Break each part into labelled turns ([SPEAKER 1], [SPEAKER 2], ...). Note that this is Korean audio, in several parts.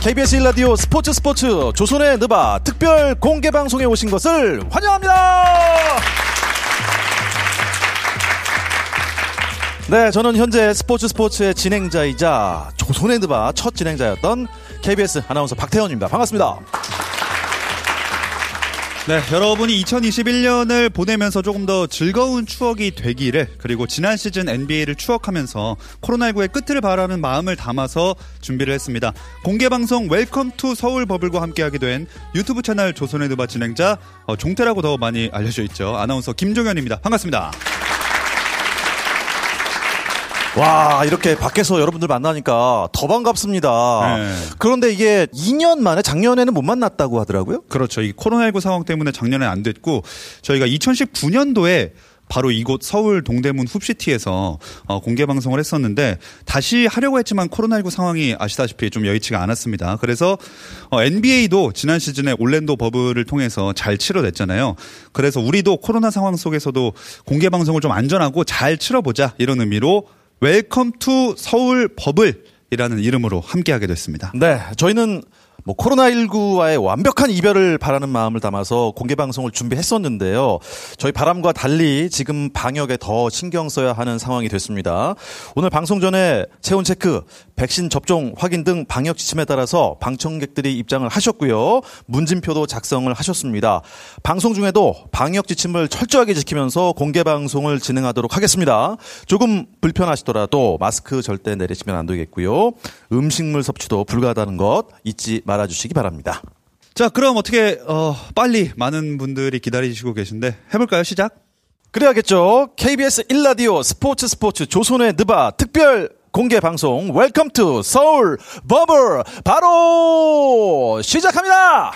[SPEAKER 1] KBS 일라디오 스포츠 스포츠 조선의 느바 특별 공개 방송에 오신 것을 환영합니다. 네, 저는 현재 스포츠 스포츠의 진행자이자 조선의 느바 첫 진행자였던 KBS 아나운서 박태현입니다. 반갑습니다.
[SPEAKER 2] 네, 여러분이 2021년을 보내면서 조금 더 즐거운 추억이 되기를 그리고 지난 시즌 NBA를 추억하면서 코로나19의 끝을 바라는 마음을 담아서 준비를 했습니다. 공개 방송 웰컴 투 서울 버블과 함께하게 된 유튜브 채널 조선의 드바 진행자 어, 종태라고 더 많이 알려져 있죠. 아나운서 김종현입니다. 반갑습니다.
[SPEAKER 1] 와, 이렇게 밖에서 여러분들 만나니까 더 반갑습니다.
[SPEAKER 2] 네.
[SPEAKER 1] 그런데 이게 2년 만에 작년에는 못 만났다고 하더라고요.
[SPEAKER 2] 그렇죠. 이 코로나19 상황 때문에 작년에 안 됐고 저희가 2019년도에 바로 이곳 서울 동대문 훅시티에서 어, 공개 방송을 했었는데 다시 하려고 했지만 코로나19 상황이 아시다시피 좀 여의치가 않았습니다. 그래서 어, NBA도 지난 시즌에 올랜도 버블을 통해서 잘 치러냈잖아요. 그래서 우리도 코로나 상황 속에서도 공개 방송을 좀 안전하고 잘 치러보자 이런 의미로 웰컴 투 서울 버블이라는 이름으로 함께하게 됐습니다.
[SPEAKER 1] 네, 저희는 뭐 코로나19와의 완벽한 이별을 바라는 마음을 담아서 공개 방송을 준비했었는데요. 저희 바람과 달리 지금 방역에 더 신경 써야 하는 상황이 됐습니다. 오늘 방송 전에 체온 체크, 백신 접종 확인 등 방역 지침에 따라서 방청객들이 입장을 하셨고요. 문진표도 작성을 하셨습니다. 방송 중에도 방역 지침을 철저하게 지키면서 공개 방송을 진행하도록 하겠습니다. 조금 불편하시더라도 마스크 절대 내리시면 안 되겠고요. 음식물 섭취도 불가하다는 것 잊지 말아 주시기 바랍니다.
[SPEAKER 2] 자, 그럼 어떻게 어, 빨리 많은 분들이 기다리시고 계신데 해볼까요? 시작.
[SPEAKER 1] 그래야겠죠. KBS 1라디오 스포츠 스포츠 조선의 느바 특별 공개 방송 웰컴 투 서울 버블 바로 시작합니다.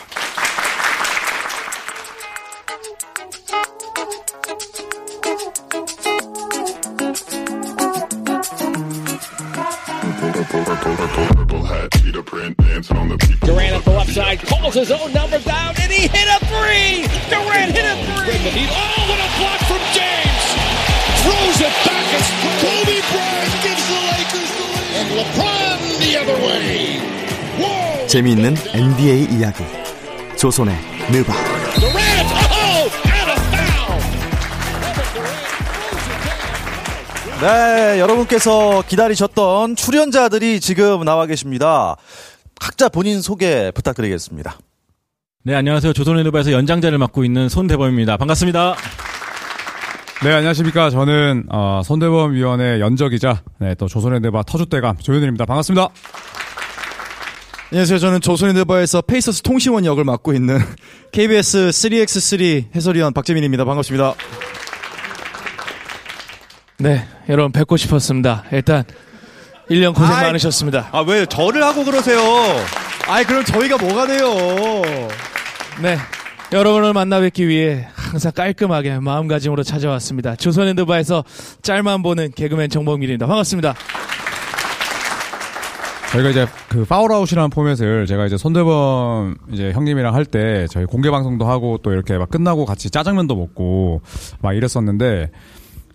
[SPEAKER 3] Purple hat, cheetah print, dancing on the people.
[SPEAKER 4] Durant at the left side calls his own number down, and he hit a three. Durant hit a three. Oh, what a block from James! Throws it back. It's Kobe Bryant gives the Lakers the lead, and LeBron the other way. Whoa!
[SPEAKER 5] 재미있는 NBA 이야기 조선의 느바
[SPEAKER 4] Durant, oh, and a foul.
[SPEAKER 1] 네, 여러분께서 기다리셨던 출연자들이 지금 나와 계십니다. 각자 본인 소개 부탁드리겠습니다.
[SPEAKER 6] 네, 안녕하세요. 조선의 누바에서 연장자를 맡고 있는 손대범입니다. 반갑습니다.
[SPEAKER 7] 네, 안녕하십니까. 저는, 어, 손대범 위원회 연적이자, 네, 또 조선의 대바 터줏대감 조현일입니다. 반갑습니다.
[SPEAKER 5] 안녕하세요 예, 저는 조선의 느바에서 페이서스 통신원 역을 맡고 있는 KBS 3x3 해설위원 박재민입니다 반갑습니다
[SPEAKER 8] 네, 여러분 뵙고 싶었습니다. 일단 1년 고생
[SPEAKER 2] 아이.
[SPEAKER 8] 많으셨습니다.
[SPEAKER 2] 아, 왜 저를 하고 그러세요?
[SPEAKER 5] 아이 그럼 저희가 뭐가 돼요
[SPEAKER 8] 네, 여러분을 만나 뵙기 위해 항상 깔끔하게 마음가짐으로 찾아왔습니다. 조선핸드바에서 짤만 보는 개그맨 정범길입니다. 반갑습니다.
[SPEAKER 7] 저희가 이제 그 파울아웃이라는 포맷을 제가 이제 손대범 이제 형님이랑 할 때 저희 공개 방송도 하고 또 이렇게 막 끝나고 같이 짜장면도 먹고 막 이랬었는데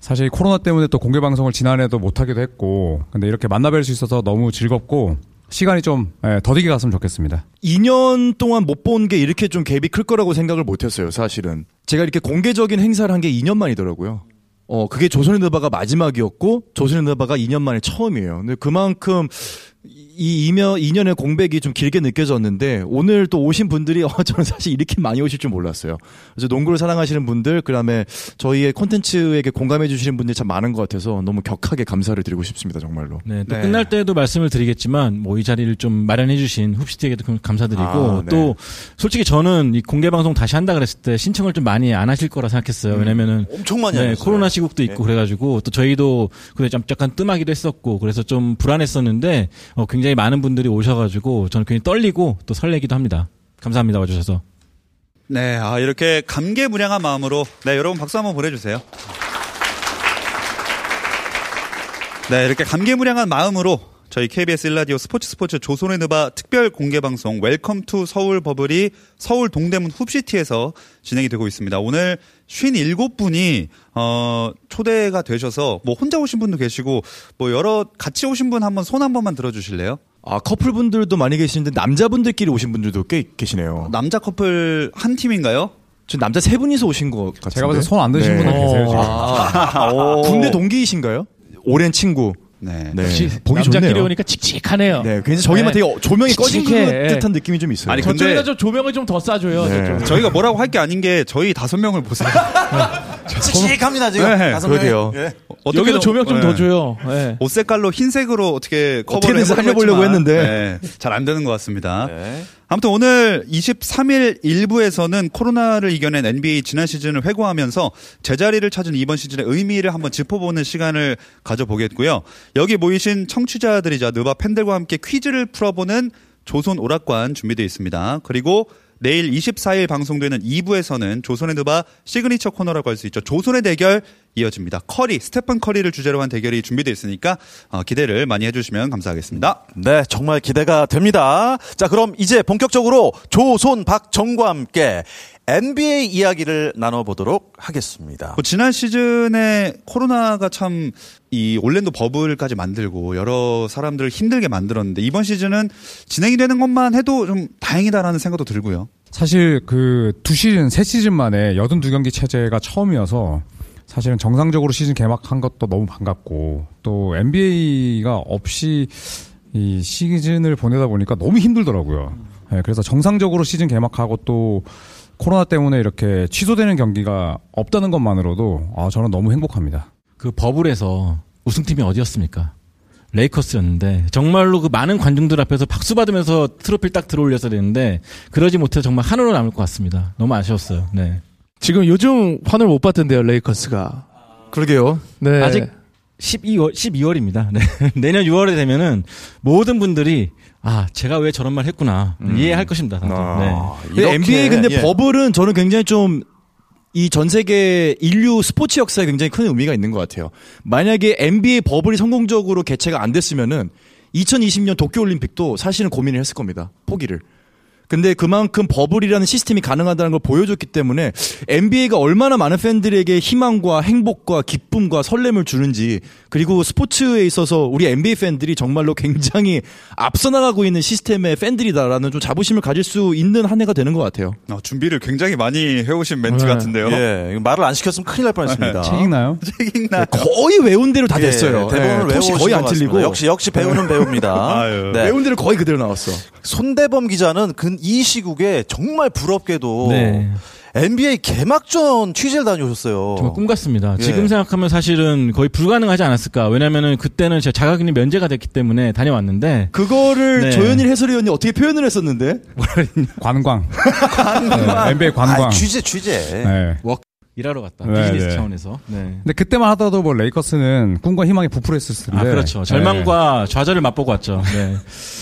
[SPEAKER 7] 사실 코로나 때문에 또 공개 방송을 지난해도 못하기도 했고 근데 이렇게 만나뵐 수 있어서 너무 즐겁고 시간이 좀 예, 더디게 갔으면 좋겠습니다.
[SPEAKER 5] 2년 동안 못 본 게 이렇게 좀 갭이 클 거라고 생각을 못 했어요 사실은 제가 이렇게 공개적인 행사를 한 게 2년 만이더라고요 어 그게 조선의 느바가 마지막이었고 조선의 느바가 2년 만에 처음이에요 근데 그만큼 이 2년, 2년의 공백이 좀 길게 느껴졌는데 오늘 또 오신 분들이 어, 저는 사실 이렇게 많이 오실 줄 몰랐어요. 그래서 농구를 사랑하시는 분들 그다음에 저희의 콘텐츠에게 공감해 주시는 분들이 참 많은 것 같아서 너무 격하게 감사를 드리고 싶습니다. 정말로.
[SPEAKER 6] 네, 또 끝날 때도 말씀을 드리겠지만 뭐 이 자리를 좀 마련해주신 훅시티에게도 그럼 감사드리고
[SPEAKER 5] 아, 네.
[SPEAKER 6] 또 솔직히 저는 이 공개 방송 다시 한다 그랬을 때 신청을 좀 많이 안 하실 거라 생각했어요.
[SPEAKER 1] 음.
[SPEAKER 6] 왜냐면은
[SPEAKER 1] 엄청 많이
[SPEAKER 6] 네,
[SPEAKER 1] 하셨어요. 예.
[SPEAKER 6] 코로나 시국도 있고 그래가지고 또 저희도 그래 좀 약간 뜸하기도 했었고 그래서 좀 불안했었는데 어, 굉장히 많은 분들이 오셔가지고 저는 굉장히 떨리고 또 설레기도 합니다. 감사합니다 와주셔서.
[SPEAKER 2] 네, 아, 이렇게 감개무량한 마음으로 네, 여러분 박수 한번 보내주세요. 네, 이렇게 감개무량한 마음으로 저희 KBS 1라디오 스포츠 스포츠 조선의 누바 특별 공개 방송 웰컴 투 서울 버블이 서울 동대문 훅시티에서 진행이 되고 있습니다. 오늘 57분이 어, 초대가 되셔서 뭐 혼자 오신 분도 계시고 뭐 여러 같이 오신 분 한번 손 한번만 들어 주실래요?
[SPEAKER 5] 아 커플분들도 많이 계시는데 남자분들끼리 오신 분들도 꽤 계시네요.
[SPEAKER 2] 남자 커플 한 팀인가요?
[SPEAKER 5] 지금 남자 세 분이서 오신 것 같은데.
[SPEAKER 7] 제가 봐서 손 안 드신
[SPEAKER 5] 네.
[SPEAKER 7] 분은 계세요. 지금.
[SPEAKER 5] 아,
[SPEAKER 8] 어.
[SPEAKER 5] 군대 동기이신가요? 오랜 친구.
[SPEAKER 2] 네.
[SPEAKER 5] 네.
[SPEAKER 8] 역시
[SPEAKER 5] 보기
[SPEAKER 8] 남자끼리
[SPEAKER 5] 좋네요.
[SPEAKER 8] 오니까 칙칙하네요.
[SPEAKER 5] 네, 굉장히 저기만
[SPEAKER 8] 네.
[SPEAKER 5] 되게 어- 조명이 꺼진 것
[SPEAKER 8] 칙칙해.
[SPEAKER 5] 듯한 느낌이 좀 있어요.
[SPEAKER 2] 아니, 근데-
[SPEAKER 8] 저쪽에다 좀 조명을 좀 더 싸줘요.
[SPEAKER 5] 네.
[SPEAKER 8] 저쪽.
[SPEAKER 2] 저희가 뭐라고 할 게 아닌 게 저희 다섯 명을 보세요.
[SPEAKER 1] 씩씩합니다 지금.
[SPEAKER 2] 네,
[SPEAKER 1] 다섯
[SPEAKER 5] 그러게요.
[SPEAKER 1] 명이. 예.
[SPEAKER 8] 여기도
[SPEAKER 2] 어떻게든-
[SPEAKER 8] 조명 좀 더
[SPEAKER 2] 네.
[SPEAKER 8] 줘요. 네.
[SPEAKER 2] 옷 색깔로 흰색으로 어떻게 커버를
[SPEAKER 5] 어떻게든
[SPEAKER 2] 해보려고
[SPEAKER 5] 살려보려고
[SPEAKER 2] 했지만, 네, 잘안 되는 것 같습니다. 아무튼 오늘 23일 일부에서는 코로나를 이겨낸 NBA 지난 시즌을 회고하면서 제자리를 찾은 이번 시즌의 의미를 한번 짚어보는 시간을 가져보겠고요. 여기 모이신 청취자들이자 느바 팬들과 함께 퀴즈를 풀어보는 조선 오락관 준비되어 있습니다. 그리고 내일 24일 방송되는 2부에서는 조선의 누바 시그니처 코너라고 할 수 있죠. 조선의 대결 이어집니다. 커리, 스테판 커리를 주제로 한 대결이 준비되어 있으니까 어, 기대를 많이 해주시면 감사하겠습니다.
[SPEAKER 1] 네, 정말 기대가 됩니다. 자, 그럼 이제 본격적으로 조손 박정과 함께 NBA 이야기를 나눠보도록 하겠습니다.
[SPEAKER 2] 뭐 지난 시즌에 코로나가 참 이 올랜도 버블까지 만들고 여러 사람들을 힘들게 만들었는데 이번 시즌은 진행이 되는 것만 해도 좀 다행이다라는 생각도 들고요.
[SPEAKER 7] 사실 그 두 시즌, 세 시즌 만에 82경기 체제가 처음이어서 사실은 정상적으로 시즌 개막한 것도 너무 반갑고 또 NBA가 없이 이 시즌을 보내다 보니까 너무 힘들더라고요. 예, 그래서 정상적으로 시즌 개막하고 또 코로나 때문에 이렇게 취소되는 경기가 없다는 것만으로도 아, 저는 너무 행복합니다.
[SPEAKER 6] 그 버블에서 우승팀이 어디였습니까? 레이커스였는데 정말로 그 많은 관중들 앞에서 박수 받으면서 트로피를 딱 들어올렸어야 되는데 그러지 못해서 정말 한으로 남을 것 같습니다. 너무 아쉬웠어요. 네.
[SPEAKER 8] 지금 요즘 환을 못 받던데요, 레이커스가.
[SPEAKER 5] 그러게요.
[SPEAKER 8] 네.
[SPEAKER 6] 아직 12월 12월입니다. 네. 내년 6월에 되면은 모든 분들이 아 제가 왜 저런 말 했구나 이해할 것입니다. 다들.
[SPEAKER 1] 음.
[SPEAKER 6] 네.
[SPEAKER 1] 아,
[SPEAKER 5] 근데
[SPEAKER 1] 이렇게,
[SPEAKER 5] NBA 근데
[SPEAKER 1] 예.
[SPEAKER 5] 버블은 저는 굉장히 좀 이 전 세계 인류 스포츠 역사에 굉장히 큰 의미가 있는 것 같아요. 만약에 NBA 버블이 성공적으로 개최가 안 됐으면은 2020년 도쿄올림픽도 사실은 고민을 했을 겁니다. 포기를. 근데 그만큼 버블이라는 시스템이 가능하다는 걸 보여줬기 때문에 NBA가 얼마나 많은 팬들에게 희망과 행복과 기쁨과 설렘을 주는지 그리고 스포츠에 있어서 우리 NBA 팬들이 정말로 굉장히 앞서 나가고 있는 시스템의 팬들이다라는 좀 자부심을 가질 수 있는 한 해가 되는 것 같아요.
[SPEAKER 2] 어, 준비를 굉장히 많이 해오신 멘트
[SPEAKER 8] 네.
[SPEAKER 2] 같은데요.
[SPEAKER 1] 예, 이거 말을 안 시켰으면 큰일 날 뻔했습니다.
[SPEAKER 7] 책 읽나요?
[SPEAKER 2] 책임나.
[SPEAKER 5] 거의 외운 대로 네, 다
[SPEAKER 1] 예,
[SPEAKER 5] 됐어요.
[SPEAKER 1] 대본을
[SPEAKER 5] 예,
[SPEAKER 1] 외우신
[SPEAKER 5] 톱이 거의
[SPEAKER 1] 것
[SPEAKER 5] 안
[SPEAKER 1] 같습니다.
[SPEAKER 5] 틀리고 네.
[SPEAKER 1] 역시 역시 배우는 배우입니다.
[SPEAKER 2] 아유.
[SPEAKER 1] 네.
[SPEAKER 5] 외운 대로 거의 그대로 나왔어.
[SPEAKER 1] 손대범 기자는 근 이 시국에 정말 부럽게도
[SPEAKER 6] 네.
[SPEAKER 1] NBA 개막전 취재를 다녀오셨어요.
[SPEAKER 6] 정말 뭐 꿈 같습니다.
[SPEAKER 1] 예.
[SPEAKER 6] 지금 생각하면 사실은 거의 불가능하지 않았을까. 왜냐면은 그때는 제가 자가격리 면제가 됐기 때문에 다녀왔는데
[SPEAKER 5] 그거를
[SPEAKER 6] 네.
[SPEAKER 5] 조현일 해설위원이 어떻게 표현을 했었는데?
[SPEAKER 7] 관광. 네, NBA 관광.
[SPEAKER 1] 아, 취재 취재.
[SPEAKER 7] 네.
[SPEAKER 6] 일하러 갔다.
[SPEAKER 7] 네,
[SPEAKER 6] 비즈니스
[SPEAKER 7] 네.
[SPEAKER 6] 차원에서. 네.
[SPEAKER 7] 근데 그때만 하더라도 뭐 레이커스는 꿈과 희망이 부풀했을 텐데. 네.
[SPEAKER 6] 아
[SPEAKER 1] 네.
[SPEAKER 6] 그렇죠. 절망과 좌절을 맛보고 왔죠. 네.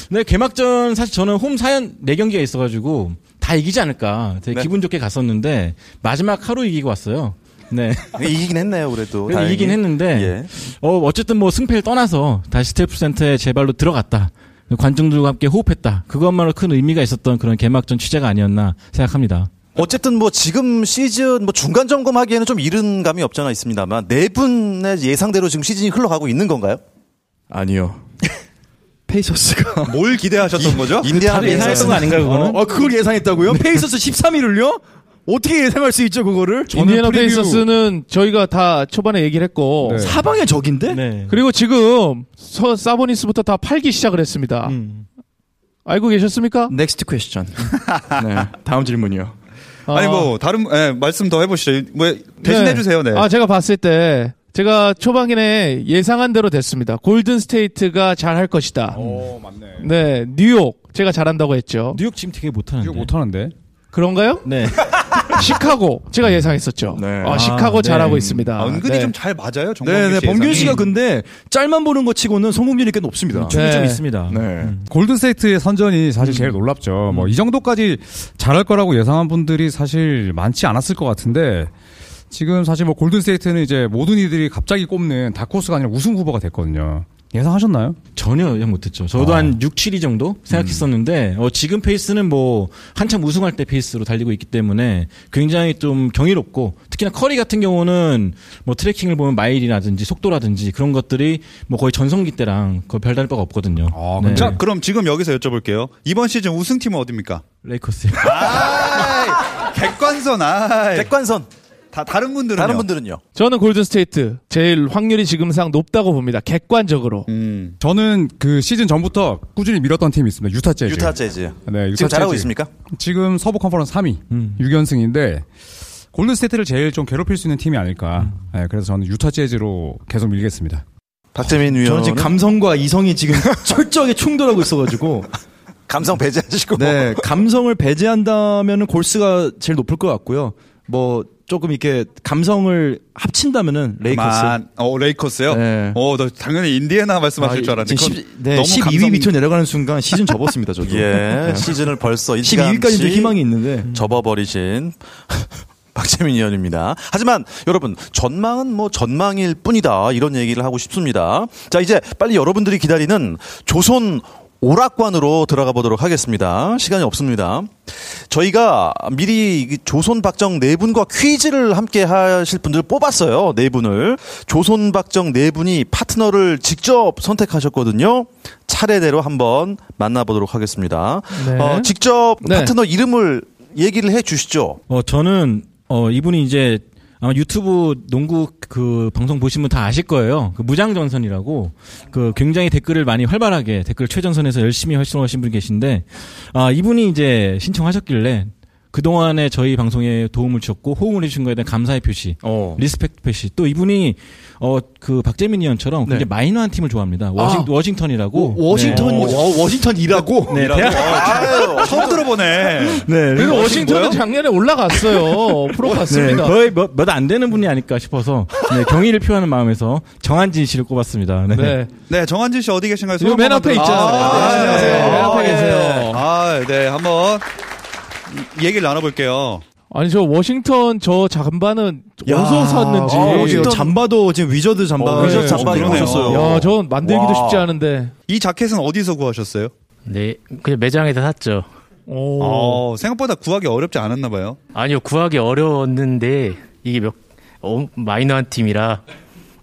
[SPEAKER 6] 근데 개막전 사실 저는 홈 사연 4 경기가 있어가지고 다 이기지 않을까. 되게
[SPEAKER 1] 네.
[SPEAKER 6] 기분 좋게 갔었는데 마지막 하루 이기고 왔어요. 네.
[SPEAKER 1] 이기긴 했네요, 그래도.
[SPEAKER 6] 그래도
[SPEAKER 1] 다행히.
[SPEAKER 6] 이긴 했는데
[SPEAKER 1] 예.
[SPEAKER 6] 어, 어쨌든 뭐 승패를 떠나서 다시 스테프 센터에 제 발로 들어갔다. 관중들과 함께 호흡했다. 그것만으로 큰 의미가 있었던 그런 개막전 취재가 아니었나 생각합니다.
[SPEAKER 1] 어쨌든 뭐 지금 시즌 뭐 중간 점검하기에는 좀 이른 감이 없잖아 있습니다만 네 분의 예상대로 지금 시즌이 흘러가고 있는 건가요?
[SPEAKER 5] 아니요. 페이서스가
[SPEAKER 2] 뭘 기대하셨던 거죠?
[SPEAKER 1] 인디아나
[SPEAKER 6] 다들 예상했던 거 아닌가요, 그거는?
[SPEAKER 5] 어, 그걸 예상했다고요? 페이서스 13위를요? 어떻게 예상할 수 있죠, 그거를?
[SPEAKER 8] 인디애나
[SPEAKER 7] 프리뷰-
[SPEAKER 8] 페이서스는 저희가 다 초반에 얘기를 했고
[SPEAKER 7] 네.
[SPEAKER 5] 사방의 적인데?
[SPEAKER 6] 네.
[SPEAKER 8] 그리고 지금 서, 사보니스부터 다 팔기 시작을 했습니다.
[SPEAKER 6] 음.
[SPEAKER 8] 알고 계셨습니까?
[SPEAKER 2] 음.
[SPEAKER 5] 넥스트 퀘스천. 네. 다음 질문이요.
[SPEAKER 2] 아니
[SPEAKER 8] 아,
[SPEAKER 2] 뭐 다른 예, 말씀 더 해보시죠. 뭐 대신해 주세요. 네.
[SPEAKER 8] 아 제가 봤을 때 제가 초반에 예상한 대로 됐습니다. 골든 스테이트가 잘 할 것이다.
[SPEAKER 7] 오, 맞네.
[SPEAKER 8] 네, 뉴욕 제가 잘한다고 했죠.
[SPEAKER 6] 뉴욕 지금 되게 못하는데.
[SPEAKER 7] 이거 못하는데.
[SPEAKER 8] 그런가요?
[SPEAKER 6] 네.
[SPEAKER 8] 시카고 제가 예상했었죠.
[SPEAKER 5] 네.
[SPEAKER 8] 아,
[SPEAKER 6] 아,
[SPEAKER 8] 시카고 잘하고
[SPEAKER 6] 네.
[SPEAKER 8] 있습니다.
[SPEAKER 2] 아, 은근히
[SPEAKER 8] 네.
[SPEAKER 2] 좀 잘 맞아요. 정범
[SPEAKER 5] 네네, 범균
[SPEAKER 2] 그-
[SPEAKER 5] 씨가 근데 짤만 보는 것 치고는 성공률이 꽤 높습니다.
[SPEAKER 6] 춤이
[SPEAKER 8] 네.
[SPEAKER 6] 좀 있습니다.
[SPEAKER 5] 네.
[SPEAKER 7] 골든스테이트의 선전이 사실
[SPEAKER 6] 음.
[SPEAKER 7] 제일 놀랍죠. 뭐 이 정도까지 잘할 거라고 예상한 분들이 사실 많지 않았을 것 같은데 지금 사실 뭐 골든스테이트는 이제 모든 이들이 갑자기 꼽는 다크호스가 아니라 우승 후보가 됐거든요. 예상하셨나요?
[SPEAKER 6] 전혀 예상 못했죠. 저도
[SPEAKER 7] 아.
[SPEAKER 6] 한 6, 7위 정도 생각했었는데 어, 지금 페이스는 뭐 한참 우승할 때 페이스로 달리고 있기 때문에 굉장히 좀 경이롭고 특히나 커리 같은 경우는 뭐 트래킹을 보면 마일이라든지 속도라든지 그런 것들이 뭐 거의 전성기 때랑 거의 별다를 바가 없거든요. 네.
[SPEAKER 7] 아, 근데
[SPEAKER 6] 그렇죠.
[SPEAKER 2] 자, 그럼 지금 여기서 여쭤볼게요. 이번 시즌 우승팀은 어디입니까?
[SPEAKER 6] 레이커스.
[SPEAKER 2] 아, 객관선, 아.
[SPEAKER 1] 네. 객관선
[SPEAKER 2] 다 다른 분들은
[SPEAKER 1] 다른 분들은요.
[SPEAKER 8] 저는 골든스테이트 제일 확률이 지금상 높다고 봅니다. 객관적으로.
[SPEAKER 2] 음.
[SPEAKER 7] 저는 그 시즌 전부터 꾸준히 밀었던 팀이 있습니다. 유타 재즈.
[SPEAKER 1] 유타 재즈.
[SPEAKER 7] 네, 유타
[SPEAKER 1] 지금 잘하고
[SPEAKER 7] 재즈.
[SPEAKER 1] 있습니까?
[SPEAKER 7] 지금 서부 컨퍼런스 3위,
[SPEAKER 6] 음.
[SPEAKER 7] 6연승인데 골든스테이트를 제일 좀 괴롭힐 수 있는 팀이 아닐까.
[SPEAKER 6] 음.
[SPEAKER 7] 네, 그래서 저는 유타 재즈로 계속 밀겠습니다.
[SPEAKER 1] 박재민 위원.
[SPEAKER 5] 저는 지금 감성과 이성이 지금 철저하게 충돌하고 있어가지고
[SPEAKER 1] 감성 배제하시고.
[SPEAKER 5] 네 감성을 배제한다면은 골스가 제일 높을 것 같고요. 뭐 조금 이렇게 감성을 합친다면은 레이커스.
[SPEAKER 2] 만- 어, 레이커스요?
[SPEAKER 5] 네.
[SPEAKER 2] 어, 너 당연히 인디애나
[SPEAKER 8] 아,
[SPEAKER 2] 말씀하실 줄 알았는데.
[SPEAKER 5] 지금
[SPEAKER 2] 그건
[SPEAKER 5] 십- 네,
[SPEAKER 2] 너무
[SPEAKER 5] 12위
[SPEAKER 2] 감성-
[SPEAKER 5] 밑으로 내려가는 순간 시즌 접었습니다 저도.
[SPEAKER 1] 예. 시즌을 벌써
[SPEAKER 5] 12위까지도
[SPEAKER 1] 일찌감치
[SPEAKER 5] 희망이 있는데.
[SPEAKER 1] 접어버리신 박재민 의원입니다. 하지만 여러분 전망은 뭐 전망일 뿐이다 이런 얘기를 하고 싶습니다. 자 이제 빨리 여러분들이 기다리는 조선 오락관으로 들어가 보도록 하겠습니다. 시간이 없습니다. 저희가 미리 이 조선 박정 네 분과 퀴즈를 함께 하실 분들 뽑았어요. 네 분을. 조선 박정 네 분이 파트너를 직접 선택하셨거든요. 차례대로 한번 만나보도록 하겠습니다.
[SPEAKER 8] 네.
[SPEAKER 5] 아,
[SPEAKER 1] 어, 직접
[SPEAKER 8] 네.
[SPEAKER 1] 파트너 이름을 얘기를 해 주시죠.
[SPEAKER 6] 어, 저는, 어, 이분이 이제 아마 유튜브 농구 그 방송 보시면 다 아실 거예요. 그 무장전선이라고 그 굉장히 댓글을 많이 활발하게 댓글 최전선에서 열심히 활동하신 분이 계신데, 아, 이분이 이제 신청하셨길래 그동안에 저희 방송에 도움을 주셨고 호응을 해주신 거에 대한 감사의 표시,
[SPEAKER 5] 어.
[SPEAKER 6] 리스펙트 표시. 또 이분이 어 그 박재민 의원처럼
[SPEAKER 5] 네.
[SPEAKER 6] 굉장히 마이너한 팀을 좋아합니다. 워싱,
[SPEAKER 5] 아.
[SPEAKER 6] 워싱턴이라고.
[SPEAKER 5] 워싱턴
[SPEAKER 6] 네.
[SPEAKER 5] 워- 워싱턴이라고.
[SPEAKER 2] 어,
[SPEAKER 6] 네, 대학-
[SPEAKER 1] 아유,
[SPEAKER 2] 처음 들어보네.
[SPEAKER 5] 네.
[SPEAKER 8] 그래도 워싱턴은 작년에 올라갔어요. 프로
[SPEAKER 6] 네,
[SPEAKER 8] 갔습니다.
[SPEAKER 6] 거의 몇 안 되는 분이 아닐까 싶어서 네, 경의를 표하는 마음에서 정한진 씨를 꼽았습니다. 네.
[SPEAKER 8] 네.
[SPEAKER 2] 네, 정한진 씨 어디 계신가요?
[SPEAKER 8] 이거 맨 앞에 있잖아요.
[SPEAKER 2] 아,
[SPEAKER 8] 네, 맨 앞에 계세요.
[SPEAKER 2] 아, 네, 한번 얘기를 나눠볼게요.
[SPEAKER 8] 아니 저 워싱턴 저 잠바는 어디서 샀는지.
[SPEAKER 5] 아, 워싱턴 잠바도 지금 위저드 잠바.
[SPEAKER 1] 어, 위저드 잠바
[SPEAKER 5] 네.
[SPEAKER 2] 그러네요.
[SPEAKER 1] 입으셨어요.
[SPEAKER 8] 야, 전 만들기도
[SPEAKER 1] 와.
[SPEAKER 8] 쉽지 않은데.
[SPEAKER 2] 이 자켓은 어디서 구하셨어요?
[SPEAKER 9] 네, 그냥 매장에서 샀죠.
[SPEAKER 5] 아.
[SPEAKER 8] 오.
[SPEAKER 2] 어, 생각보다 구하기 어렵지 않았나 봐요.
[SPEAKER 9] 아니요, 구하기 어려웠는데 이게 몇 어, 마이너한 팀이라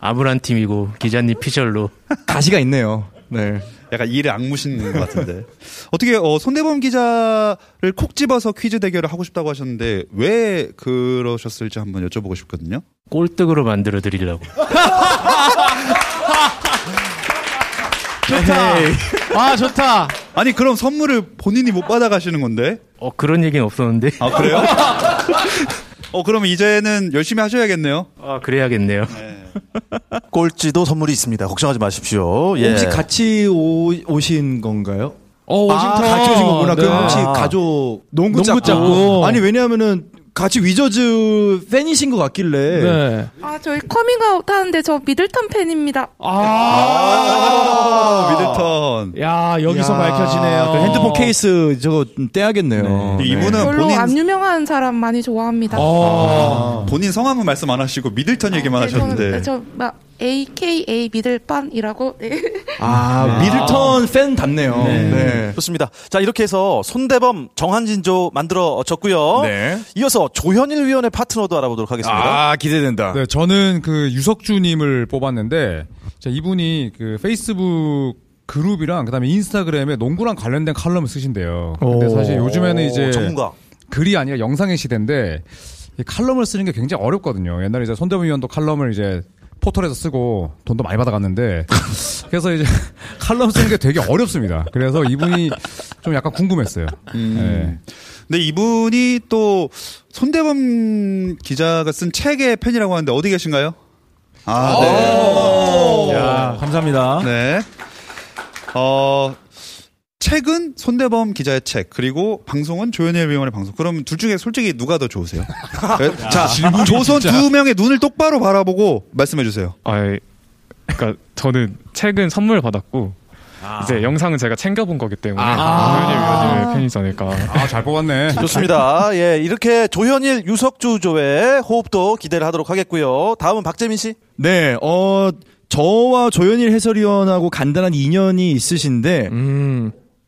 [SPEAKER 9] 아무런 팀이고 기자님 피셜로
[SPEAKER 5] 가시가 있네요. 네.
[SPEAKER 2] 약간 일을 악무신 것 같은데. 어떻게 어, 손대범 기자를 콕 집어서 퀴즈 대결을 하고 싶다고 하셨는데 왜 그러셨을지 한번 여쭤보고 싶거든요.
[SPEAKER 9] 꼴등으로 만들어 드리려고.
[SPEAKER 8] 좋다. 아 좋다.
[SPEAKER 2] 아니 그럼 선물을 본인이 못 받아가시는 건데?
[SPEAKER 9] 어 그런 얘기는 없었는데.
[SPEAKER 2] 아 그래요? 어 그럼 이제는 열심히 하셔야겠네요.
[SPEAKER 9] 아 그래야겠네요.
[SPEAKER 1] 꼴찌도 선물이 있습니다. 걱정하지 마십시오. 예.
[SPEAKER 5] 혹시 같이 오, 오신 건가요?
[SPEAKER 8] 어 워싱턴.
[SPEAKER 5] 아, 같이 오신 거구나.
[SPEAKER 8] 네.
[SPEAKER 5] 그럼 혹시
[SPEAKER 1] 아.
[SPEAKER 5] 가족 농구
[SPEAKER 8] 농구 짝꿍.
[SPEAKER 5] 아니 왜냐하면은 같이 위저즈 팬이신 것 같길래.
[SPEAKER 8] 네.
[SPEAKER 10] 아, 저희 커밍아웃 하는데 저 미들턴 팬입니다.
[SPEAKER 2] 아,
[SPEAKER 8] 아.
[SPEAKER 2] 미들턴.
[SPEAKER 8] 야 여기서
[SPEAKER 5] 아. 야,
[SPEAKER 8] 밝혀지네요.
[SPEAKER 5] 그 핸드폰 케이스 저거 좀 떼야겠네요.
[SPEAKER 2] 근데 어, 이분은
[SPEAKER 10] 별로
[SPEAKER 2] 본인
[SPEAKER 10] 안 예. 유명한 사람 많이 좋아합니다.
[SPEAKER 8] 어.
[SPEAKER 2] 본인 성함은 말씀 안 하시고 미들턴 얘기만
[SPEAKER 10] 네, 저는-
[SPEAKER 2] 하셨는데.
[SPEAKER 10] 네, 저 막, AKA 미들판이라고. 네.
[SPEAKER 5] 아, 미들턴 팬 답네요. 네.
[SPEAKER 1] 좋습니다. 자, 이렇게 해서 손대범 정한진조 만들어졌고요.
[SPEAKER 5] 네.
[SPEAKER 1] 이어서 조현일 위원의 파트너도 알아보도록 하겠습니다.
[SPEAKER 5] 아 기대된다.
[SPEAKER 7] 네, 저는 그 유석주님을 뽑았는데 자, 이분이 그 페이스북 그룹이랑 그다음에 인스타그램에 농구랑 관련된 칼럼을 쓰신대요. 근데
[SPEAKER 8] 오.
[SPEAKER 7] 사실 요즘에는
[SPEAKER 1] 오,
[SPEAKER 7] 이제
[SPEAKER 5] 네.
[SPEAKER 1] 전문가.
[SPEAKER 7] 글이 아니라 영상의 시대인데 이 칼럼을 쓰는 게 굉장히 어렵거든요. 옛날에 이제 손대문 위원도 칼럼을 이제 포털에서 쓰고 돈도 많이 받아갔는데 그래서 이제 칼럼 쓰는 게 되게 어렵습니다. 그래서 이분이 좀 약간 궁금했어요.
[SPEAKER 11] 음.
[SPEAKER 7] 네.
[SPEAKER 2] 근데 이분이 또 손대범 기자가 쓴 책의 팬이라고 하는데 어디 계신가요? 아, 네. 야,
[SPEAKER 6] 감사합니다.
[SPEAKER 2] 네. 어, 책은 손대범 기자의 책, 그리고 방송은 조현일 위원의 방송. 그럼 둘 중에 솔직히 누가 더 좋으세요? 네, 자, 조선 두 명의 눈을 똑바로 바라보고 말씀해 주세요.
[SPEAKER 11] 아, 그러니까 저는 책은 선물 받았고 이제 영상은 제가 챙겨본 거기 때문에 당연히 위원님의 팬이지 않을까.
[SPEAKER 7] 아, 잘 뽑았네.
[SPEAKER 1] 좋습니다. 예, 이렇게 조현일 유석주조의 호흡도 기대를 하도록 하겠고요. 다음은 박재민 씨.
[SPEAKER 5] 네, 어, 저와 조현일 해설위원하고 간단한 인연이 있으신데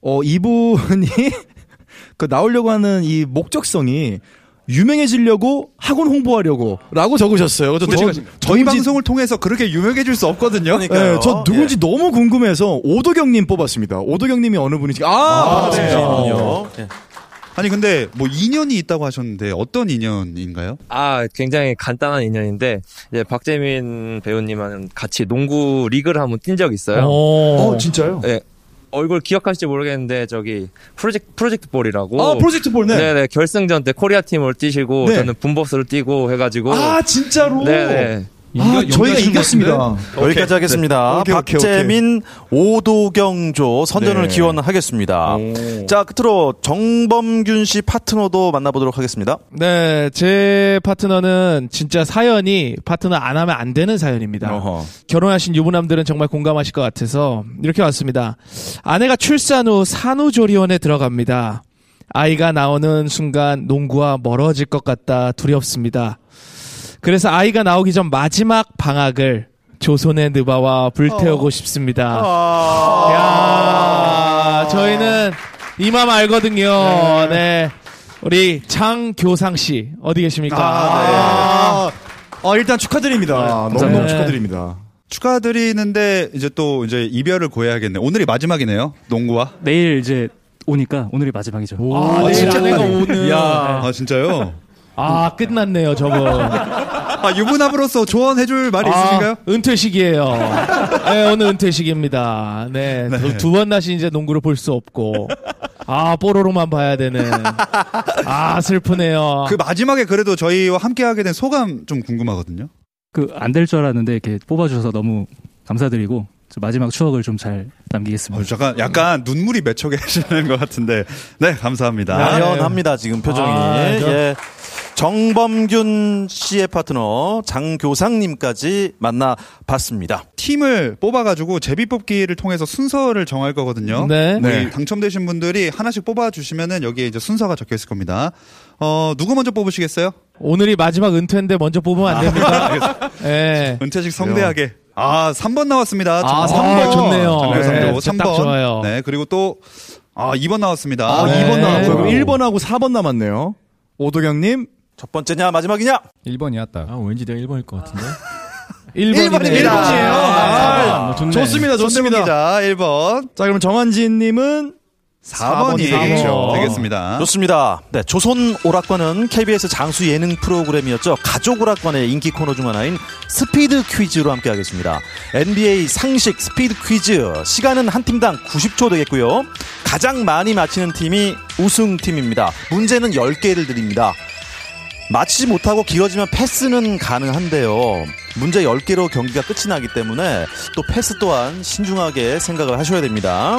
[SPEAKER 5] 어 이분이 그 나오려고 하는 이 목적성이 유명해지려고 학원 홍보하려고라고 적으셨어요. 그래서 저-
[SPEAKER 2] 저희
[SPEAKER 5] 누군지-
[SPEAKER 2] 방송을 통해서 그렇게 유명해질 수 없거든요.
[SPEAKER 5] 네, 저 누군지 너무 궁금해서 오도경님 뽑았습니다. 오도경님이 어느 분이지? 아, 반갑습니다. 어.
[SPEAKER 2] 아니 근데 뭐 인연이 있다고 하셨는데 어떤 인연인가요?
[SPEAKER 12] 아, 굉장히 간단한 인연인데 이제 박재민 배우님은 같이 농구 리그를 한번 뛴 적이 있어요.
[SPEAKER 5] 오. 어, 진짜요?
[SPEAKER 12] 네. 얼굴 기억하실지 모르겠는데 저기 프로젝트 프로젝트 볼이라고.
[SPEAKER 2] 어,
[SPEAKER 5] 아, 프로젝트 볼, 네.
[SPEAKER 12] 네 결승전 때 코리아 팀을 뛰시고
[SPEAKER 5] 네.
[SPEAKER 12] 저는 분법스를 뛰고 해가지고.
[SPEAKER 5] 아, 진짜로?
[SPEAKER 12] 네네.
[SPEAKER 5] 아, 저희가 이겼습니다. 네.
[SPEAKER 1] 여기까지 하겠습니다.
[SPEAKER 5] 오케이, 오케이,
[SPEAKER 1] 박재민 오도경조
[SPEAKER 5] 네.
[SPEAKER 1] 선전을 기원하겠습니다. 자 끝으로 정범균 씨 파트너도 만나보도록 하겠습니다.
[SPEAKER 8] 네, 제 파트너는 진짜 사연이 파트너 안 하면 안 되는 사연입니다. 결혼하신 유부남들은 정말 공감하실 것 같아서 이렇게 왔습니다. 아내가 출산 후 산후조리원에 들어갑니다. 아이가 나오는 순간 농구와 멀어질 것 같다 두렵습니다. 그래서 아이가 나오기 전 마지막 방학을 조선의 느바와 불태우고 싶습니다. 야, 저희는 이 맘 알거든요. 아. 네. 우리 장교상 씨 어디 계십니까?
[SPEAKER 5] 아, 아, 일단 축하드립니다.
[SPEAKER 2] 아,
[SPEAKER 5] 너무너무
[SPEAKER 8] 네.
[SPEAKER 5] 축하드립니다.
[SPEAKER 2] 축하드리는데 이제 또 이제 이별을 고해야겠네. 오늘이 마지막이네요. 농구와.
[SPEAKER 13] 내일 이제 오니까 오늘이 마지막이죠.
[SPEAKER 8] 아, 내일 진짜? 아내가 오는.
[SPEAKER 2] 야,
[SPEAKER 8] 네.
[SPEAKER 2] 아 진짜요?
[SPEAKER 8] 아 끝났네요 저분.
[SPEAKER 2] 아 유부남으로서 조언해줄
[SPEAKER 8] 아,
[SPEAKER 2] 말이 있으신가요?
[SPEAKER 8] 은퇴식이에요. 네, 오늘 은퇴식입니다. 네, 두 번 다시 이제 농구를 볼 수 없고 아 뽀로로만 봐야 되는. 아 슬프네요.
[SPEAKER 2] 그 마지막에 그래도 저희와 함께하게 된 소감 좀 궁금하거든요.
[SPEAKER 13] 그 안 될 줄 알았는데 이렇게 뽑아주셔서 너무 감사드리고 저 마지막 추억을 좀 잘 남기겠습니다.
[SPEAKER 2] 어, 잠깐 약간 눈물이 맺혀게 하시는 것 같은데 네 감사합니다.
[SPEAKER 1] 아련합니다 지금 표정이.
[SPEAKER 5] 네.
[SPEAKER 2] 아, 저-
[SPEAKER 1] 예. 정범균 씨의 파트너 장교상님까지 만나봤습니다.
[SPEAKER 2] 팀을 뽑아가지고 제비 뽑기를 통해서 순서를 정할 거거든요.
[SPEAKER 1] 네.
[SPEAKER 2] 우리
[SPEAKER 1] 네.
[SPEAKER 2] 당첨되신 분들이 하나씩 뽑아주시면은 여기에 이제 순서가 적혀 있을 겁니다. 어 누구 먼저 뽑으시겠어요? 아,
[SPEAKER 8] 오늘이 마지막 은퇴인데 먼저 뽑으면 안 됩니다. 예.
[SPEAKER 2] 은퇴식 성대하게. 아 3번 나왔습니다.
[SPEAKER 8] 아,
[SPEAKER 2] 정-
[SPEAKER 8] 삼 번. 좋네요. 네,
[SPEAKER 2] 장교상조
[SPEAKER 8] 진짜
[SPEAKER 2] 3번.
[SPEAKER 8] 딱 좋아요.
[SPEAKER 2] 네 그리고 또 아, 2번 나왔습니다. 네.
[SPEAKER 5] 아, 2번 나왔고요. 그럼 1번하고 4번 남았네요. 오도경님.
[SPEAKER 1] 첫 번째냐, 마지막이냐?
[SPEAKER 7] 1번이야, 딱.
[SPEAKER 6] 아, 왠지 내가 1번일 것 같은데.
[SPEAKER 5] 아,
[SPEAKER 6] 아, 좋네.
[SPEAKER 5] 좋습니다. 좋습니다.
[SPEAKER 2] 기자 1번.
[SPEAKER 5] 자, 그럼 정한진님은 4번이 되겠죠.
[SPEAKER 2] 되겠습니다.
[SPEAKER 1] 좋습니다. 네, 조선 오락관은 KBS 장수 예능 프로그램이었죠. 가족 오락관의 인기 코너 중 하나인 스피드 퀴즈로 함께 하겠습니다. NBA 상식 스피드 퀴즈. 시간은 한 팀당 90초 되겠고요. 가장 많이 맞히는 팀이 우승팀입니다. 문제는 10개를 드립니다. 맞히지 못하고 길어지면 패스는 가능한데요. 문제 10개로 경기가 끝이 나기 때문에 또 패스 또한 신중하게 생각을 하셔야 됩니다.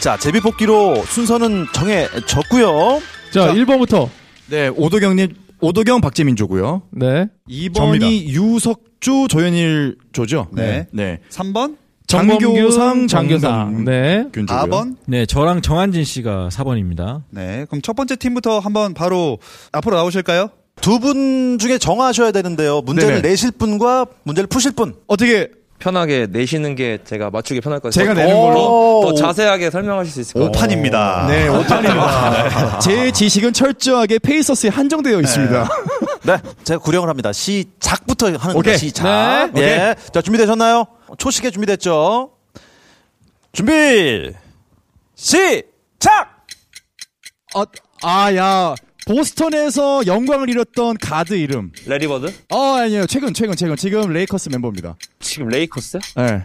[SPEAKER 1] 자, 제비뽑기로 순서는 정해졌고요.
[SPEAKER 8] 자, 1번부터.
[SPEAKER 5] 네, 오도경님, 오도경 박재민조고요.
[SPEAKER 8] 네.
[SPEAKER 5] 2번이
[SPEAKER 8] 접니다.
[SPEAKER 5] 유석주 조현일 조죠.
[SPEAKER 2] 네.
[SPEAKER 5] 네.
[SPEAKER 2] 3번
[SPEAKER 5] 장교상
[SPEAKER 6] 장교상.
[SPEAKER 5] 장교상.
[SPEAKER 8] 네.
[SPEAKER 5] 균조고요.
[SPEAKER 6] 네, 저랑 정한진 씨가 4번입니다.
[SPEAKER 2] 네, 그럼 첫 번째 팀부터 한번 바로 앞으로 나오실까요?
[SPEAKER 1] 두 분 중에 정하셔야 되는데요. 문제를
[SPEAKER 12] 네네.
[SPEAKER 1] 내실 분과 문제를 푸실 분.
[SPEAKER 5] 어떻게
[SPEAKER 12] 편하게 내시는 게 제가 맞추기 편할 것 같아요.
[SPEAKER 6] 어,
[SPEAKER 5] 제가 내는 걸로?
[SPEAKER 12] 더, 더 자세하게 설명하실 수 있을 것 같아요.
[SPEAKER 2] 오판입니다.
[SPEAKER 5] 네,
[SPEAKER 6] 어.
[SPEAKER 5] 오타입니다.
[SPEAKER 6] 아.
[SPEAKER 5] 제 지식은 철저하게 페이서스에 한정되어 있습니다.
[SPEAKER 1] 네, 제가 구령을 합니다. 시작부터 하는
[SPEAKER 5] 오케이.
[SPEAKER 1] 거예요. 시작.
[SPEAKER 5] 네.
[SPEAKER 1] 예. 자, 준비되셨나요? 초식에 준비됐죠? 준비! 시작!
[SPEAKER 5] 어, 아, 야. 보스턴에서 영광을 잃었던 가드 이름.
[SPEAKER 12] 레리버드?
[SPEAKER 5] 어, 아니에요. 최근, 최근, 최근. 지금 레이커스 멤버입니다.
[SPEAKER 12] 지금 레이커스?
[SPEAKER 5] 네.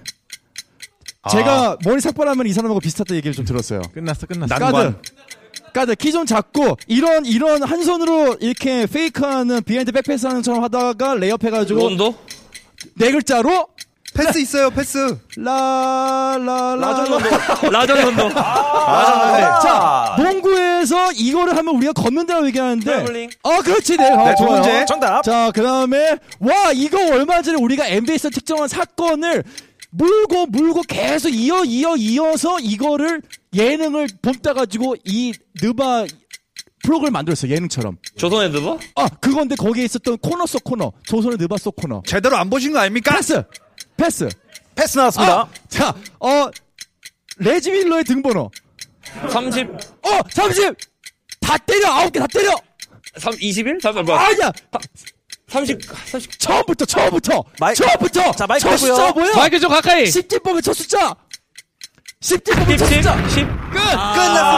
[SPEAKER 5] 제가 머리 삭발하면 이 사람하고 비슷하다 얘기를 좀 들었어요.
[SPEAKER 6] 아. 끝났어, 끝났어.
[SPEAKER 5] 까드. 까드 키 좀 작고 이런 이런 한 손으로 이렇게 페이크하는 비하인드 백패스 하는 처럼 하다가 레이업 해가지고
[SPEAKER 12] 론도?
[SPEAKER 5] 네 글자로
[SPEAKER 2] 패스 있어요 패스
[SPEAKER 5] 라라라 아,
[SPEAKER 12] 라전 론도. 아, 네.
[SPEAKER 5] 자 농구에서 이거를 하면 우리가 걷는다고 얘기하는데
[SPEAKER 12] 트래블링.
[SPEAKER 5] 어 그렇지 네,
[SPEAKER 12] 네,
[SPEAKER 5] 아,
[SPEAKER 12] 두
[SPEAKER 5] 좋아요.
[SPEAKER 12] 문제.
[SPEAKER 1] 어, 정답.
[SPEAKER 5] 자 그다음에 와 이거 얼마 전에 우리가 NBA에서 특정한 사건을 물고 물고 계속 이어 이어 이어서 이거를 예능을 봄따 가지고 이 느바 프로그램 만들었어요 예능처럼
[SPEAKER 12] 조선의 드버?
[SPEAKER 5] 아 그건데 거기에 있었던 코너 속 코너 조선의 느바 속 코너
[SPEAKER 2] 제대로 안 보신 거 아닙니까?
[SPEAKER 5] 패스 패스
[SPEAKER 1] 패스
[SPEAKER 5] 아!
[SPEAKER 1] 나왔습니다.
[SPEAKER 13] 아!
[SPEAKER 5] 자, 어 레지 밀러의 등번호
[SPEAKER 12] 30.
[SPEAKER 5] 어, 30. 다 때려. 아홉 개 다 때려.
[SPEAKER 12] 3, 21? 3, 뭐.
[SPEAKER 5] 아니야.
[SPEAKER 12] 30, 30.
[SPEAKER 5] 처음부터 처음부터.
[SPEAKER 12] 마이-
[SPEAKER 5] 처음부터.
[SPEAKER 12] 자, 마이크
[SPEAKER 5] 저
[SPEAKER 12] 대고요.
[SPEAKER 5] 숫자 뭐야?
[SPEAKER 8] 아,
[SPEAKER 12] 마이크 좀 가까이.
[SPEAKER 5] 10진 뽑으면 저 숫자. 10진 뽑으면 저 숫자.
[SPEAKER 12] 10.
[SPEAKER 5] 끝.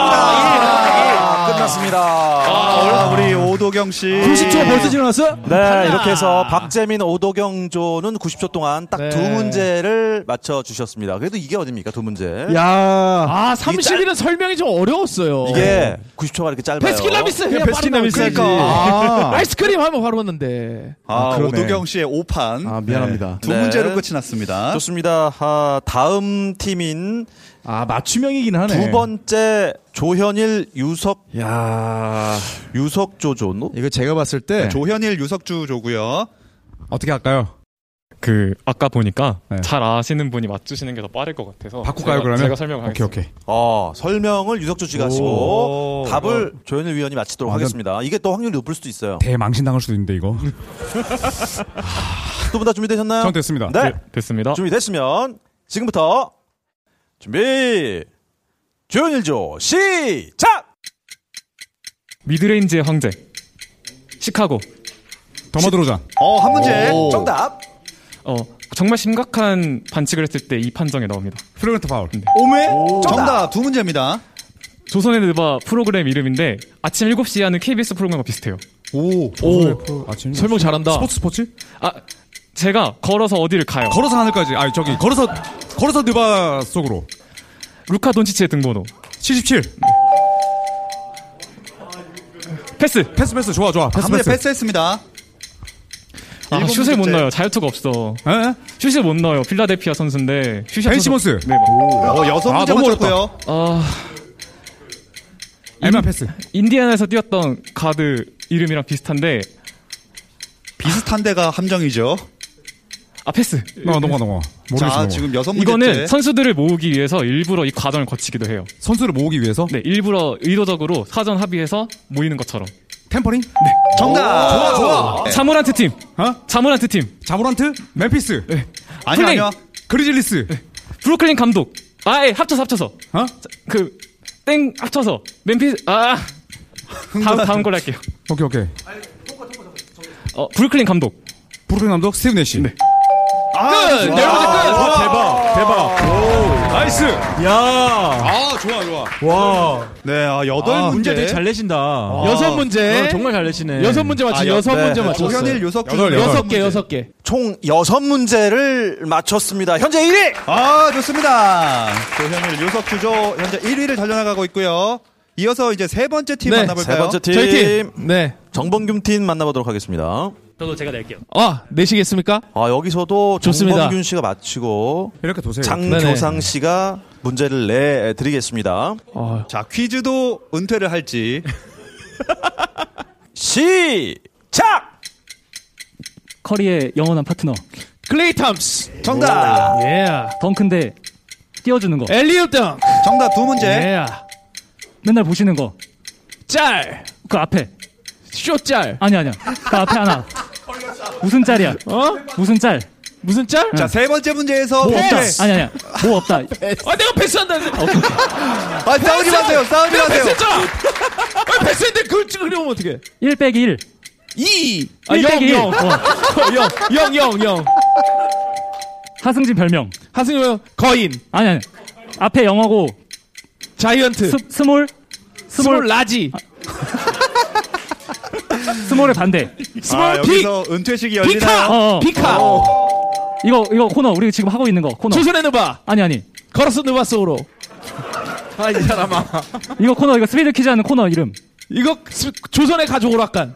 [SPEAKER 1] 예, 끝났습니다. 끝났습니다.
[SPEAKER 2] 아, 우리 오도경 씨.
[SPEAKER 1] 90초 벌써
[SPEAKER 5] 지나갔어요?
[SPEAKER 1] 네, 이렇게 해서 박재민 오도경 조는 90초 동안 딱 두 문제를 맞춰 주셨습니다. 그래도 이게 어딥니까? 두 문제.
[SPEAKER 8] 야. 아,
[SPEAKER 1] 이
[SPEAKER 8] 30일은 설명이 좀 어려웠어요.
[SPEAKER 1] 이게 90초가 이렇게 짧아요.
[SPEAKER 8] 네. 베스킨라빈스 그냥
[SPEAKER 2] 베스킨라빈스지.
[SPEAKER 8] 바로 나올 거니까.
[SPEAKER 2] 아.
[SPEAKER 8] 아. 이스크림 하면 바로 왔는데.
[SPEAKER 2] 아,
[SPEAKER 1] 아, 그러네.
[SPEAKER 2] 오도경 씨의 오판
[SPEAKER 1] 아,
[SPEAKER 2] 네, 두 문제로 끝이 났습니다.
[SPEAKER 1] 좋습니다. 아, 다음 팀인
[SPEAKER 5] 아 맞춤형이긴 하네.
[SPEAKER 1] 두 번째 조현일 유석
[SPEAKER 5] 야
[SPEAKER 1] 유석 조조
[SPEAKER 5] 이거 제가 봤을 때
[SPEAKER 2] 네,
[SPEAKER 13] 네.
[SPEAKER 2] 조현일 유석주 조고요.
[SPEAKER 7] 어떻게 할까요?
[SPEAKER 11] 그 아까 보니까 잘 아시는 분이 맞추시는 게 더 빠를 것 같아서
[SPEAKER 1] 바꿀까요,
[SPEAKER 11] 제가-
[SPEAKER 1] 그러면?
[SPEAKER 11] 제가 설명하겠습니다.
[SPEAKER 1] 오케이, 어, 설명을 유석조 씨가 하시고 답을 조현일 위원이 맞히도록
[SPEAKER 7] 완전- 네.
[SPEAKER 1] 하겠습니다. 이게 또 확률이 높을 수도 있어요.
[SPEAKER 7] 대망신 당할 수도 있는데 이거.
[SPEAKER 1] 두 분 다 준비되셨나요?
[SPEAKER 7] 전 됐습니다.
[SPEAKER 1] 네.
[SPEAKER 7] 네,
[SPEAKER 11] 됐습니다.
[SPEAKER 1] 준비됐으면 지금부터 준비 조현일조 시작.
[SPEAKER 11] 미드레인지의 황제 시카고
[SPEAKER 7] 더마드로잔
[SPEAKER 1] 어, 한 문제. 정답.
[SPEAKER 11] 어 정말 심각한 반칙을 했을 때 이 판정에 나옵니다.
[SPEAKER 7] 프로그램 파울.
[SPEAKER 1] 오메
[SPEAKER 2] 정답 두 문제입니다.
[SPEAKER 11] 조선의 드바 프로그램 이름인데 아침 7시에 하는 KBS 프로그램과 비슷해요.
[SPEAKER 7] 오,
[SPEAKER 11] 오.
[SPEAKER 7] 아침
[SPEAKER 11] 설명 잘한다.
[SPEAKER 7] 스포츠 스포츠?
[SPEAKER 11] 아 제가 걸어서 어디를 가요?
[SPEAKER 7] 걸어서 하늘까지. 아니 저기 걸어서 걸어서 느바 속으로.
[SPEAKER 11] 루카 돈치치의 등번호.
[SPEAKER 7] 77.
[SPEAKER 11] 패스.
[SPEAKER 7] 패스 패스 좋아 좋아. 패스
[SPEAKER 2] 한 문제
[SPEAKER 7] 패스.
[SPEAKER 2] 패스했습니다.
[SPEAKER 11] 아,
[SPEAKER 2] 일곱
[SPEAKER 11] 슛을 못
[SPEAKER 2] 문제.
[SPEAKER 11] 넣어요. 자유투가 없어.
[SPEAKER 7] 예?
[SPEAKER 11] 슛을 못 넣어요. 필라델피아 선수인데 슛이
[SPEAKER 7] 벤
[SPEAKER 11] 안 터져-
[SPEAKER 7] 시몬스.
[SPEAKER 11] 네. 맞-
[SPEAKER 2] 어, 여섯 문제 맞췄고요.
[SPEAKER 11] 아,
[SPEAKER 7] 엘마 패스.
[SPEAKER 11] 음. 인디애나에서 뛰었던 가드 이름이랑 비슷한데
[SPEAKER 2] 비슷한 데가 함정이죠.
[SPEAKER 11] 아 패스.
[SPEAKER 7] 어, 넘어 넘어. 모르겠어.
[SPEAKER 2] 자,
[SPEAKER 7] 넘어.
[SPEAKER 2] 지금 여섯 문제.
[SPEAKER 11] 이거는 선수들을 모으기 위해서 일부러 이 과정을 거치기도 해요.
[SPEAKER 7] 선수를 모으기 위해서?
[SPEAKER 11] 네, 일부러 의도적으로 사전 합의해서 모이는 것처럼.
[SPEAKER 7] 템퍼링?
[SPEAKER 11] 네.
[SPEAKER 2] 정답. 좋아, 좋아.
[SPEAKER 11] 네. 자모란트 팀.
[SPEAKER 7] 어?
[SPEAKER 11] 자모란트 팀. 네.
[SPEAKER 7] 자모란트? 멤피스.
[SPEAKER 2] 아니
[SPEAKER 11] 플레이.
[SPEAKER 2] 아니야.
[SPEAKER 7] 그리즐리스.
[SPEAKER 13] 네.
[SPEAKER 11] 브루클린 감독. 아, 예, 합쳐서 합쳐서.
[SPEAKER 7] 어?
[SPEAKER 11] 그 땡 합쳐서 멤피스 아. 다음 다음 걸 할게요.
[SPEAKER 7] 오케이 오케이.
[SPEAKER 11] 어, 브루클린 감독.
[SPEAKER 7] 브루클린 감독 스티브 내시. 네.
[SPEAKER 11] 끝! 네 번째 끝!
[SPEAKER 7] 대박 대박. 나이스.
[SPEAKER 5] 야.
[SPEAKER 2] 아, 좋아, 좋아.
[SPEAKER 5] 와.
[SPEAKER 2] 네, 아, 여덟
[SPEAKER 5] 아,
[SPEAKER 2] 문제.
[SPEAKER 5] 문제 되게 잘 내신다.
[SPEAKER 8] 아. 여섯 문제.
[SPEAKER 6] 어, 정말 잘 내시네.
[SPEAKER 8] 여섯 문제 맞춘 아, 여섯 문제 맞췄어.
[SPEAKER 2] 조현일 유석주
[SPEAKER 7] 여덟, 여덟.
[SPEAKER 8] 여섯 개 여섯 개.
[SPEAKER 1] 총 여섯 문제를 맞췄습니다. 현재 1위.
[SPEAKER 2] 아, 좋습니다. 조현일 유석주조 현재 1위를 달려나가고 있고요. 이어서 이제 세 번째 팀
[SPEAKER 8] 네,
[SPEAKER 1] 세
[SPEAKER 2] 만나볼까요?
[SPEAKER 1] 번째 팀.
[SPEAKER 8] 저희 팀. 네.
[SPEAKER 1] 정범균 팀 만나보도록 하겠습니다.
[SPEAKER 9] 저도 제가 낼게요.
[SPEAKER 8] 아 내시겠습니까?
[SPEAKER 1] 아 여기서도
[SPEAKER 8] 좋습니다.
[SPEAKER 1] 정범균 씨가 맞히고
[SPEAKER 7] 이렇게 도세요.
[SPEAKER 1] 장교상 씨가 문제를 내 드리겠습니다.
[SPEAKER 2] 자, 퀴즈도 은퇴를 할지.
[SPEAKER 1] 시작.
[SPEAKER 13] 커리의 영원한 파트너
[SPEAKER 8] 클레이 탐스.
[SPEAKER 2] 정답.
[SPEAKER 8] 예.
[SPEAKER 13] 덩크인데 띄워주는 거
[SPEAKER 8] 엘리웁 덩.
[SPEAKER 2] 정답 두 문제.
[SPEAKER 8] 예.
[SPEAKER 13] 맨날 보시는 거 그
[SPEAKER 8] 짤.
[SPEAKER 11] 그
[SPEAKER 13] 앞에
[SPEAKER 8] 쇼짤.
[SPEAKER 13] 아니 아니야 그 앞에 하나 무슨 짤이야
[SPEAKER 8] 어?
[SPEAKER 13] 무슨 짤
[SPEAKER 8] 무슨 짤?
[SPEAKER 2] 자, 세 번째 문제에서
[SPEAKER 11] 네.
[SPEAKER 2] 네.
[SPEAKER 13] 뭐 없다
[SPEAKER 2] 패스.
[SPEAKER 13] 아니 아니야 뭐 없다
[SPEAKER 8] 아 내가 패스한다.
[SPEAKER 2] 아, 싸우지 마세요. 싸우지
[SPEAKER 8] 내가
[SPEAKER 2] 마세요.
[SPEAKER 8] 패스했잖아. 아 패스했는데 그걸 찍으려면 어떻게?
[SPEAKER 13] 1 빼기 아, 1
[SPEAKER 8] 2.
[SPEAKER 13] 1 빼기 1
[SPEAKER 8] 영. 영. 영. 영.
[SPEAKER 13] 하승진 별명
[SPEAKER 8] 하승우 형 거인.
[SPEAKER 13] 아니 아니 앞에 영어고
[SPEAKER 8] 자이언트.
[SPEAKER 13] 스, 스몰
[SPEAKER 8] 스몰
[SPEAKER 13] 스몰
[SPEAKER 8] 라지.
[SPEAKER 13] 스몰의 반대
[SPEAKER 2] 아,
[SPEAKER 8] 스몰 픽.
[SPEAKER 2] 여기서 은퇴식이 열리나요?
[SPEAKER 8] 피카.
[SPEAKER 13] 어.
[SPEAKER 8] 피카.
[SPEAKER 13] 이거 이거 코너 우리 지금 하고 있는 거 코너
[SPEAKER 8] 조선의 누바.
[SPEAKER 13] 아니 아니
[SPEAKER 8] 걸어서 누바 속으로. 아 이 사람아.
[SPEAKER 13] 이거 코너 이거 스피드 퀴즈 하는 코너 이름
[SPEAKER 8] 이거 스- 조선의 가족 오락관.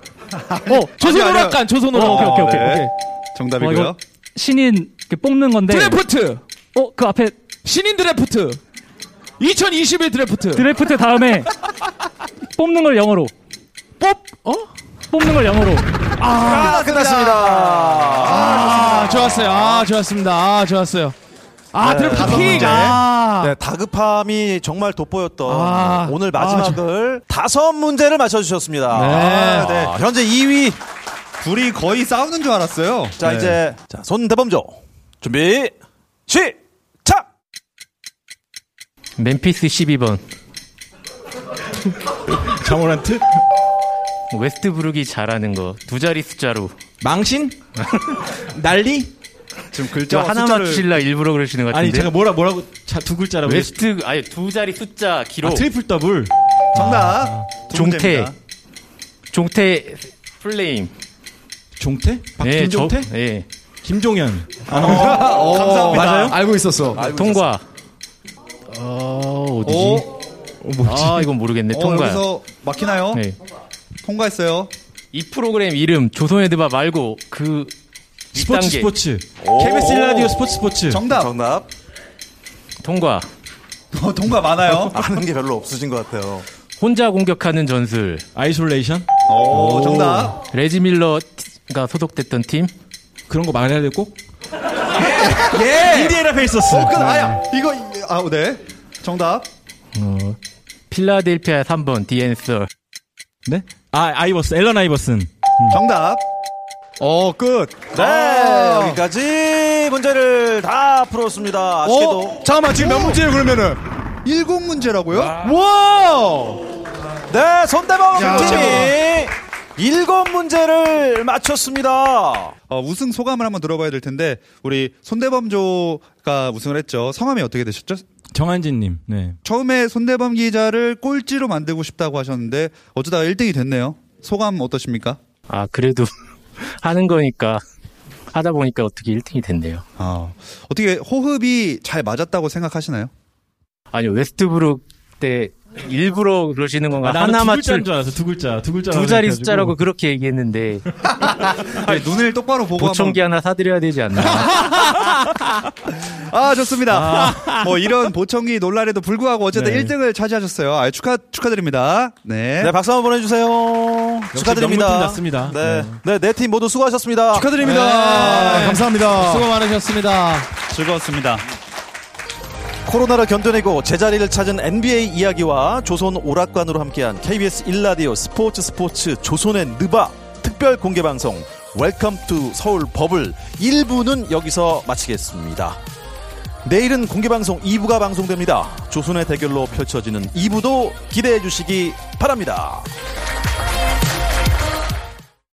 [SPEAKER 8] 어 조선
[SPEAKER 2] 아니, 아니요.
[SPEAKER 8] 오락관. 조선 오락관.
[SPEAKER 13] 오케이, 오케이,
[SPEAKER 2] 네.
[SPEAKER 8] 오케이.
[SPEAKER 13] 어,
[SPEAKER 2] 정답이고요.
[SPEAKER 13] 이거 신인 이렇게 뽑는 건데
[SPEAKER 8] 네. 드래프트.
[SPEAKER 13] 어 그 앞에
[SPEAKER 8] 신인 드래프트. 2021 드래프트.
[SPEAKER 13] 드래프트 다음에 뽑는 걸 영어로
[SPEAKER 8] 뽑. 어?
[SPEAKER 13] 뽑는 걸 영어로
[SPEAKER 1] 아, 끝났습니다.
[SPEAKER 8] 아, 좋았어요. 아, 좋았습니다. 아, 좋았어요. 아, 드래프트
[SPEAKER 2] 네, 다섯
[SPEAKER 8] 픽.
[SPEAKER 2] 문제.
[SPEAKER 8] 아.
[SPEAKER 1] 네, 다급함이 정말 돋보였던
[SPEAKER 8] 아,
[SPEAKER 1] 오늘 마지막을 다섯 문제를 맞춰주셨습니다.
[SPEAKER 8] 네.
[SPEAKER 1] 아, 네. 현재 2위.
[SPEAKER 2] 둘이 거의 싸우는 줄 알았어요.
[SPEAKER 1] 자,
[SPEAKER 2] 네.
[SPEAKER 1] 이제 자, 손대범조. 준비. 시작!
[SPEAKER 9] 멤피스 12번.
[SPEAKER 6] 자모란트?
[SPEAKER 9] 웨스트브룩이 잘하는 거 두 자리 숫자로.
[SPEAKER 6] 망신? 난리?
[SPEAKER 2] 지금
[SPEAKER 9] 저 하나 맞추실라 일부러 그러시는 것 같은데.
[SPEAKER 6] 아니 제가 뭐라 뭐라고 자, 두 글자라고
[SPEAKER 9] 웨스트 아니 두 자리 숫자 기록.
[SPEAKER 6] 아, 트리플 더블.
[SPEAKER 2] 정답.
[SPEAKER 9] 종태.
[SPEAKER 6] 문제입니다.
[SPEAKER 9] 종태 플레임.
[SPEAKER 5] 네?
[SPEAKER 6] 종태? 박-
[SPEAKER 13] 네,
[SPEAKER 6] 김종태?
[SPEAKER 9] 저, 예.
[SPEAKER 6] 김종현.
[SPEAKER 9] 어, 감사합니다. 맞아요?
[SPEAKER 5] 알고 있었어.
[SPEAKER 9] 통과. 어 어디지? 아 이건 모르겠네.
[SPEAKER 2] 어,
[SPEAKER 9] 통과.
[SPEAKER 2] 여기서 막히나요?
[SPEAKER 9] 네.
[SPEAKER 2] 통과했어요.
[SPEAKER 9] 이 프로그램 이름 조선의 드바 말고 그
[SPEAKER 6] 스포츠
[SPEAKER 9] 1단계.
[SPEAKER 6] 스포츠.
[SPEAKER 9] 오.
[SPEAKER 6] KBS 라디오 스포츠 스포츠.
[SPEAKER 2] 정답.
[SPEAKER 1] 정답.
[SPEAKER 9] 통과.
[SPEAKER 2] 어, 통과 많아요.
[SPEAKER 1] 아는 게 별로 없으신 것 같아요.
[SPEAKER 9] 혼자 공격하는 전술.
[SPEAKER 6] 아이솔레이션.
[SPEAKER 2] 오, 정답.
[SPEAKER 9] 레지 밀러가 소속됐던 팀.
[SPEAKER 6] 그런 거 말해야 돼 꼭.
[SPEAKER 2] 예.
[SPEAKER 6] 인디애나 페이서스.
[SPEAKER 2] 어, 그 아야. 이거 아, 네. 정답.
[SPEAKER 9] 어, 필라델피아 3번 디앤서.
[SPEAKER 6] 네? 아 아이버슨. 앨런 아이버슨.
[SPEAKER 2] 정답.
[SPEAKER 5] 어, 끝.
[SPEAKER 1] 네,
[SPEAKER 2] 아.
[SPEAKER 6] 아.
[SPEAKER 1] 여기까지 문제를 다 풀었습니다. 아쉽게도.
[SPEAKER 5] 어, 잠깐만 지금 몇 문제예요 그러면은?
[SPEAKER 2] 1공 문제라고요?
[SPEAKER 1] 와! 네, 손대범 팀이 일곱 문제를 맞췄습니다.
[SPEAKER 2] 어, 우승 소감을 한번 들어봐야 될 텐데 우리 손대범조가 우승을 했죠. 성함이 어떻게 되셨죠?
[SPEAKER 6] 정한진님. 네.
[SPEAKER 2] 처음에 손대범 기자를 꼴찌로 만들고 싶다고 하셨는데 어쩌다가 1등이 됐네요. 소감 어떠십니까?
[SPEAKER 9] 아 그래도 하는 거니까 하다 보니까 어떻게 1등이 됐네요.
[SPEAKER 2] 아, 어떻게 호흡이 잘 맞았다고 생각하시나요?
[SPEAKER 9] 아니 웨스트브룩 때 일부러 그러시는 건가?
[SPEAKER 6] 아, 나는
[SPEAKER 9] 하나
[SPEAKER 6] 두 글자인
[SPEAKER 9] 맞출
[SPEAKER 6] 줄 알았어. 두 글자. 두 글자.
[SPEAKER 9] 두 자리 숫자라고 그렇게 얘기했는데
[SPEAKER 2] 아니, 네, 눈을 똑바로 보고
[SPEAKER 9] 보청기 하나 사드려야 되지 않나?
[SPEAKER 2] 한번- 아 좋습니다. 뭐 이런 보청기 논란에도 불구하고 어쨌든
[SPEAKER 1] 네.
[SPEAKER 2] 1등을 차지하셨어요. 아, 축하 축하드립니다. 네.
[SPEAKER 1] 네, 박수 한번 보내주세요. 축하드립니다.
[SPEAKER 6] 명문팀 났습니다.
[SPEAKER 1] 네, 네, 네 팀 모두 수고하셨습니다.
[SPEAKER 2] 축하드립니다.
[SPEAKER 1] 네.
[SPEAKER 5] 감사합니다.
[SPEAKER 8] 수고 많으셨습니다.
[SPEAKER 2] 즐거웠습니다.
[SPEAKER 1] 코로나를 견뎌내고 제자리를 찾은 NBA 이야기와 조선 오락관으로 함께한 KBS 일라디오 스포츠 스포츠 조선의 느바 특별 공개 방송 웰컴 투 서울 버블 1부는 여기서 마치겠습니다. 내일은 공개 방송 2부가 방송됩니다. 조선의 대결로 펼쳐지는 2부도 기대해 주시기 바랍니다.